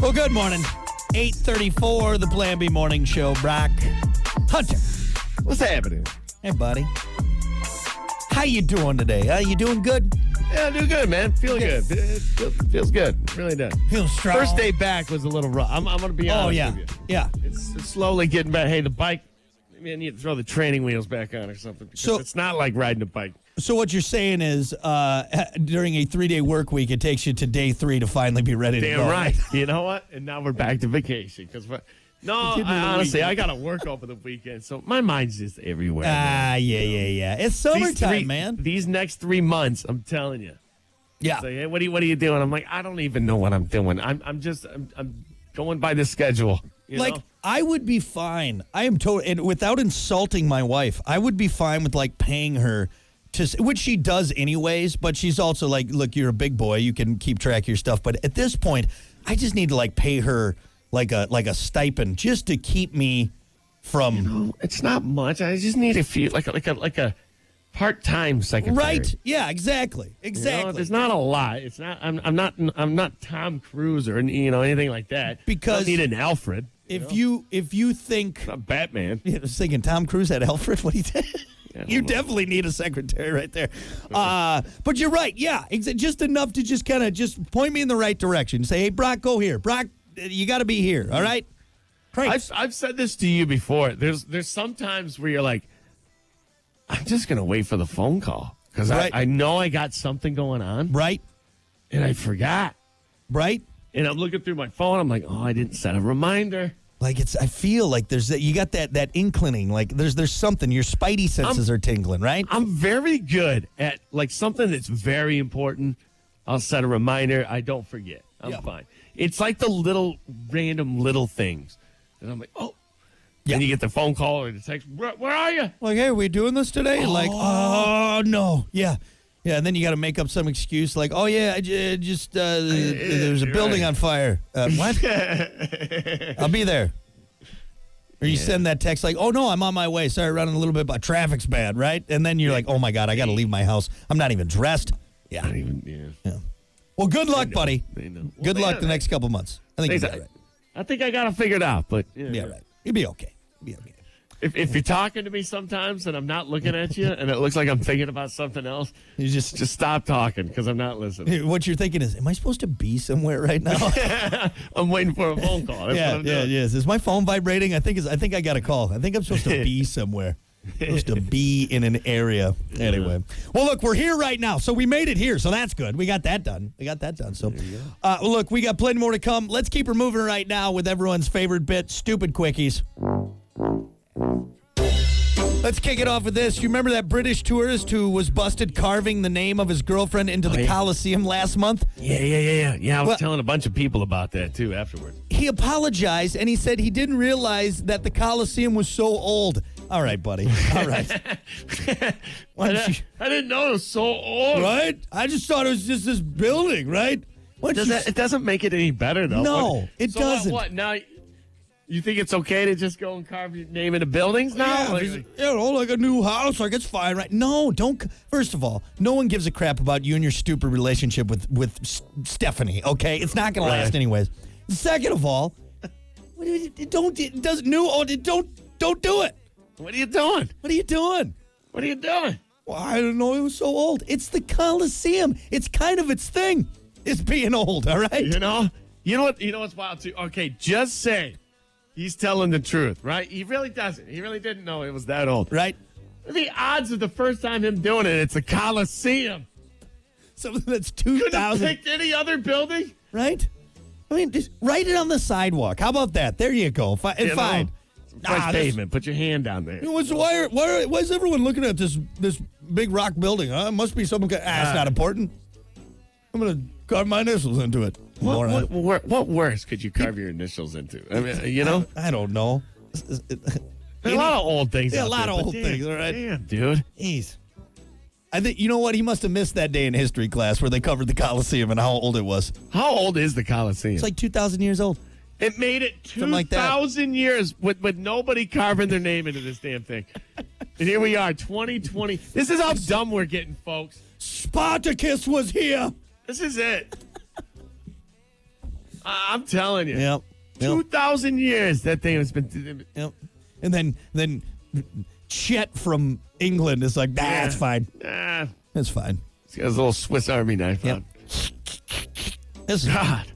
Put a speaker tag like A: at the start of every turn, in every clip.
A: Well, good morning. 834, the Plan B Morning Show. Brock Hunter.
B: What's happening?
A: Hey, buddy. How you doing today? Are you doing good?
B: Yeah, I do good, man. Feeling
A: Okay.
B: good. It feels, feels good. Really does.
A: Feeling strong.
B: First day back was a little rough. I'm, I'm gonna be honest
A: Oh, yeah.
B: with you.
A: Yeah.
B: It's, it's slowly getting back. Hey, the bike. Maybe I need to throw the training wheels back on or something. Because
A: So-
B: it's not like riding a bike.
A: So what you're saying is uh, during a three-day work week, it takes you to day three to finally be ready to
B: Damn
A: go.
B: right. You know what? And now we're back to vacation. Because no,
A: Give me
B: I,
A: the
B: honestly,
A: weekend.
B: I gotta work over the weekend, so my mind's just everywhere. man.
A: Ah, yeah, yeah, yeah. It's
B: These
A: summertime,
B: three-
A: man.
B: These next three months, I'm telling you.
A: Yeah.
B: It's like, hey, what are you, what are you doing? I'm like, I don't even know what I'm doing. I'm, I'm just, I'm, I'm going by the schedule. you
A: like
B: know?
A: I would be fine. I am total and without insulting my wife, I would be fine with like paying her to s- which she does anyways, but she's also like, look, you're a big boy, you can keep track of your stuff, but at this point, I just need to like pay her like a like a stipend just to keep me from
B: Oh, it's not much. I just need a few, like, a- like a, like a part-time secretary.
A: Right. Yeah, exactly.
B: You know,
A: Exactly.
B: there's not a lot. It's not. I'm, I'm not. I'm not Tom Cruise or you know anything like that.
A: Because-
B: I don't need an Alfred.
A: if you if you think
B: I'm not Batman.
A: I was thinking Tom Cruise had Alfred. What he did?
B: Yeah, I
A: you
B: don't know.
A: definitely need a secretary right there. Uh, but you're right. Yeah, exa- just enough to just kind of just point me in the right direction. Say, hey, Brock, go here. Brock, uh, you got to be here. All right. Cranks.
B: I've, I've said this to you before. There's there's sometimes where you're like, I'm just gonna wait for the phone call because
A: Right.
B: I, I know I got something going on
A: Right.
B: and I forgot.
A: Right.
B: And I'm looking through my phone. I'm like, oh, I didn't set a reminder.
A: Like it's. I feel like there's that. You got that that inclining. Like there's there's something. Your spidey senses are tingling. Right.
B: I'm very good at like something that's very important. I'll set a reminder. I don't forget. I'm
A: Yeah.
B: fine. It's like the little random little things. And I'm like, oh.
A: Yeah.
B: And you get the phone call or the text. Where, where are you?
A: like, hey, are we doing this today? Like, oh no, yeah, yeah. And then you got to make up some excuse, like, oh yeah, I j- just uh, th- there's a
B: you're
A: building
B: right.
A: on fire. Uh, what? I'll be there. Or you send that text like, "Oh no, I'm on my way. Sorry, running a little bit, but traffic's bad, right?" And then you're like, "Oh my god, I got to leave my house. I'm not even dressed." Yeah.
B: Not even. Yeah.
A: Well, good luck, buddy.
B: They know.
A: Good
B: Well,
A: luck
B: yeah,
A: the next couple months. I think
B: they-
A: you
B: they-
A: got it. right.
B: I think I got it figured out, but
A: Yeah, right. You'll be okay. You'll be okay.
B: If, if you're talking to me sometimes and I'm not looking at you and it looks like I'm thinking about something else,
A: You just
B: just stop talking because I'm not listening.
A: what you're thinking is, am I supposed to be somewhere right now?
B: I'm waiting for a phone call. That's
A: yeah,
B: what I'm
A: yeah,
B: doing.
A: it is. Is my phone vibrating? I think is. I think I got a call. I think I'm supposed to be somewhere. supposed to be in an area. Anyway, well, look, we're here right now, so we made it here, so that's good. We got that done. We got that done. So, uh, look, we got plenty more to come. Let's keep her moving right now with everyone's favorite bit: stupid quickies. Let's kick it off with this. You remember that British tourist who was busted carving the name of his girlfriend into the
B: Oh, yeah.
A: Colosseum last month?
B: Yeah, yeah, yeah, yeah. Yeah, I was
A: Well-
B: telling a bunch of people about that too afterwards.
A: he apologized and he said he didn't realize that the Coliseum was so old. All right, buddy. All right. Why
B: I,
A: don't you-
B: I didn't know it was so old.
A: right? I just thought it was just this building, right? What
B: Does that, it doesn't make it any better though.
A: No,
B: What-
A: it
B: so
A: doesn't.
B: What, what now? You think it's okay to just go and carve your name into buildings now?
A: yeah,
B: Like-
A: it's, you know, like a new house, like it's fine, right? No, don't. c- First of all, no one gives a crap about you and your stupid relationship with with S- Stephanie. Okay, it's not gonna
B: Right.
A: last anyways. Second of all, what do you- don't it does new oh, don't don't do it.
B: what are you doing?
A: What are you doing?
B: What are you doing?
A: Well, I didn't know it was so old. It's the Coliseum. It's kind of its thing. It's being old, all right?
B: You know, you know what? You know what's wild too. Okay, just say he's telling the truth, right? He really doesn't. He really didn't know it was that old.
A: Right?
B: The odds of the first time him doing it, it's a coliseum.
A: Something that's
B: Couldn't have
A: 2000,
B: picked any other building.
A: right? I mean, just write it on the sidewalk. How about that? There you go. Fi-
B: You know,
A: fine.
B: some
A: Nah,
B: Fresh
A: this-
B: pavement. Put your hand down there.
A: What's, why, are, why, are, why is everyone looking at this this big rock building? Huh? It must be some. ki- Ah, it's not important. I'm going to carve my initials into it.
B: What,
A: Moron.
B: what, wor- what worse could you carve your initials into? I mean, you know,
A: I don't know.
B: there's a lot of old things.
A: Yeah, a
B: out
A: lot
B: there,
A: of
B: but
A: old
B: damn,
A: things, all right.
B: Damn, dude.
A: Jeez. I think you know what he must have missed that day in history class where they covered the Coliseum and how old it was.
B: How old is the Coliseum?
A: It's like two thousand years old.
B: It made it two
A: Something like that.
B: thousand years with, with nobody carving their name into this damn thing. And here we are, 2020. This is how dumb we're getting, folks.
A: Spartacus was here.
B: This is it. I- I'm telling you.
A: Yep.
B: Two
A: Yep.
B: thousand years that thing has been.
A: Yep. And then then Chet from England is like, nah, it's fine.
B: Ah,
A: It's fine.
B: it's got his little Swiss Army knife
A: Yep.
B: on.
A: This is
B: God.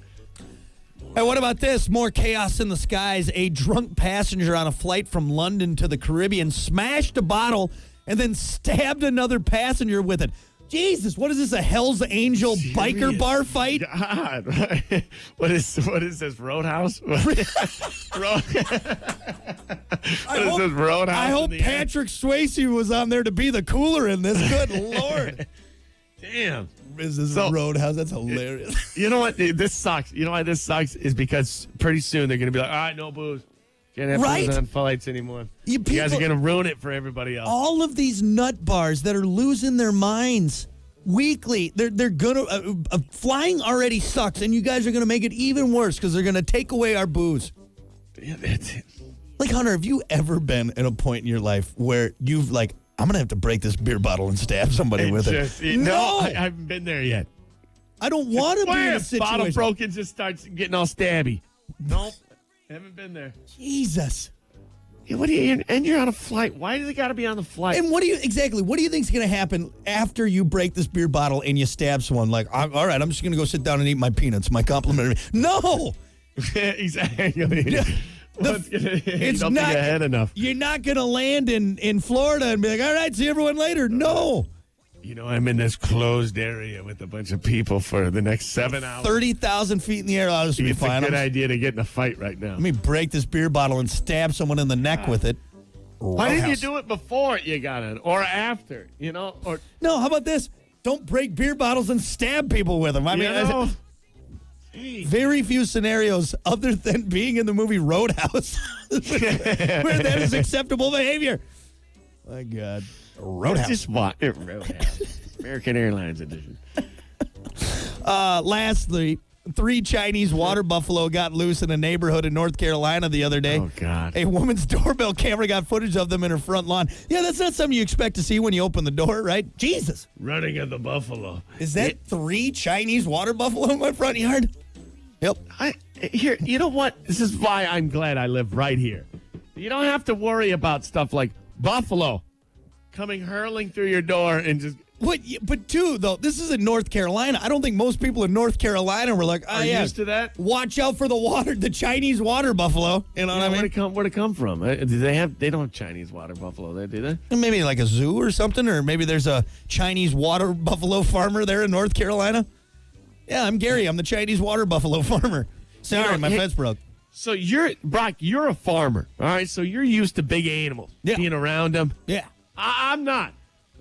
A: And what about this? More chaos in the skies. A drunk passenger on a flight from London to the Caribbean smashed a bottle and then stabbed another passenger with it. Jesus, what is this? A Hell's Angel biker
B: Serious.
A: bar fight?
B: God. what is what is this Roadhouse? What, Road, what is
A: hope-
B: this Roadhouse?
A: I
B: in
A: hope
B: the air?
A: Patrick Swayze was on there to be the cooler in this. Good lord.
B: Damn.
A: Is this
B: So-
A: Roadhouse? That's hilarious.
B: You know what? dude, This sucks. You know why this sucks is because pretty soon they're gonna be like, all right, no booze. Can't have
A: Right.
B: booze on flights anymore.
A: You
B: You, guys are
A: people-
B: gonna ruin it for everybody else.
A: All of these nut bars that are losing their minds weekly, they're, they're going to. Uh, uh, flying already sucks, and you guys are going to make it even worse because they're going to take away our booze.
B: Damn it.
A: Like Hunter, have you ever been at a point in your life where you've like, I'm gonna have to break this beer bottle and stab somebody with
B: Just-
A: it?
B: no, I, I
A: I,
B: haven't been there yet.
A: don't want to be in
B: Where
A: a
B: if bottle
A: situation.
B: broken just starts getting all stabby. Nope. haven't been there.
A: Jesus.
B: Yeah, what do you? And you're on a flight. Why do they got to be on the flight?
A: And what do you exactly? What do you think's gonna happen after you break this beer bottle and you stab someone? Like, I'm, all right, I'm just gonna go sit down and eat my peanuts, my complimentary. No,
B: exactly. What's gonna- you
A: it's
B: don't
A: not
B: think ahead enough.
A: You're not gonna land in in Florida and be like, all right, see everyone later. No,
B: You know, I'm in this closed area with a bunch of people for the next seven hours.
A: thirty thousand feet in the air. Oh, this will be
B: it's a
A: fine.
B: good
A: I'm-
B: idea to get in a fight right now.
A: Let me break this beer bottle and stab someone in the neck with it.
B: Why didn't you do it before you got it, or after? You know, or
A: No, how about this? Don't break beer bottles and stab people with them. I
B: I
A: mean,
B: mean,
A: I- very few scenarios other than being in the movie Roadhouse where that is acceptable behavior. My God. Roadhouse.
B: just want it really happens. American Airlines edition.
A: Uh, lastly, three Chinese water buffalo got loose in a neighborhood in North Carolina the other day.
B: Oh, God.
A: A woman's doorbell camera got footage of them in her front lawn. Yeah, that's not something you expect to see when you open the door, right? Jesus.
B: Running of the buffalo.
A: Is that three Chinese water buffalo in my front yard? Yep.
B: I here. You know what? This is why I'm glad I live right here. You don't have to worry about stuff like buffalo coming hurling through your door and just.
A: What? But two though. This is in North Carolina. I don't think most people in North Carolina were like, "Oh
B: Are
A: yeah,
B: used to that?
A: watch out for the water, the Chinese water buffalo." You know
B: You know,
A: what I
B: where to
A: mean?
B: come? Where to come from? Uh, Do they have? They don't have Chinese water buffalo there, do they?
A: Maybe like a zoo or something, or maybe there's a Chinese water buffalo farmer there in North Carolina. Yeah, I'm Gary. I'm the Chinese water buffalo farmer. Sorry,
B: know,
A: my
B: hey-
A: fence broke.
B: So you're Brock. You're a farmer, all right. So you're used to big animals,
A: Yeah.
B: being around them.
A: Yeah.
B: I, I'm not. I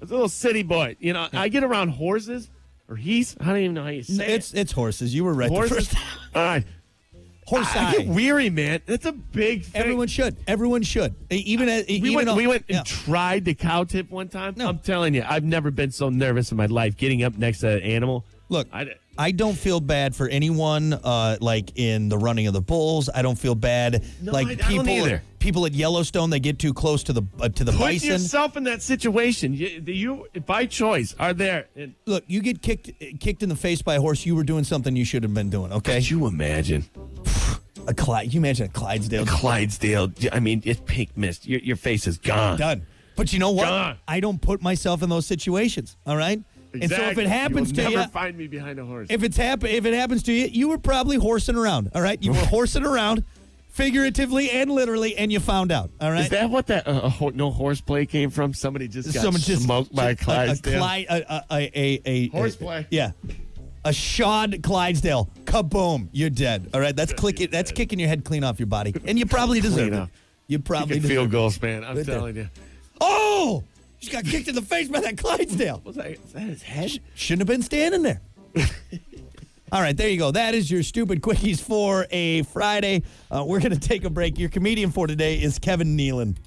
B: was a little city boy. You know, I get around horses or he's. I don't even know how you say
A: It's it's horses. You were right.
B: it.
A: The
B: Horses.
A: first time.
B: All right.
A: Horse
B: I get
A: eye.
B: weary, man. That's a big thing.
A: Everyone should. Everyone should. E- Even as,
B: We
A: even
B: went,
A: all-
B: we went and
A: yeah.
B: tried the cow tip one time.
A: No.
B: I'm telling you, I've never been so nervous in my life getting up next to an animal.
A: Look, I,
B: I,
A: don't feel bad for anyone uh, like in the running of the bulls. I don't feel bad
B: No,
A: like
B: I- I don't
A: people
B: either.
A: people at Yellowstone they get too close to the uh, to the
B: put
A: bison.
B: yourself in that situation. You, you by choice, are there. And
A: Look, you get kicked kicked in the face by a horse. You were doing something you should have been doing. Okay,
B: could you imagine
A: a Clyde. You imagine a Clydesdale
B: Clydesdale? I mean, it's pink mist. Your, your face is gone.
A: done. But you know what?
B: Gone.
A: I don't put myself in those situations. All right. And so if
B: Exactly.
A: it happens
B: you will
A: to
B: never
A: you,
B: find me behind a horse.
A: if it's happen, if it happens to you, you were probably horsing around. All right, you were horsing around, figuratively and literally, and you found out. All right.
B: Is that what that uh, ho- no horseplay came from? Somebody just got
A: Someone just
B: smoked by a
A: just A,
B: Clydesdale.
A: Clyde- a, a, a, a, a
B: Horseplay.
A: yeah, a shod Clydesdale. Kaboom! You're dead. All right, that's click it. That's kicking your head clean off your body, and you probably deserve it.
B: off.
A: You
B: You
A: probably
B: can
A: deserve.
B: field goals, man. I'm
A: Right there.
B: telling you.
A: Oh! She got kicked in the face by that Clydesdale.
B: Was that, is that his head?
A: Shouldn't have been standing there. All right, there you go. That is your stupid quickies for a Friday. Uh, we're going to take a break. Your comedian for today is Kevin Nealon.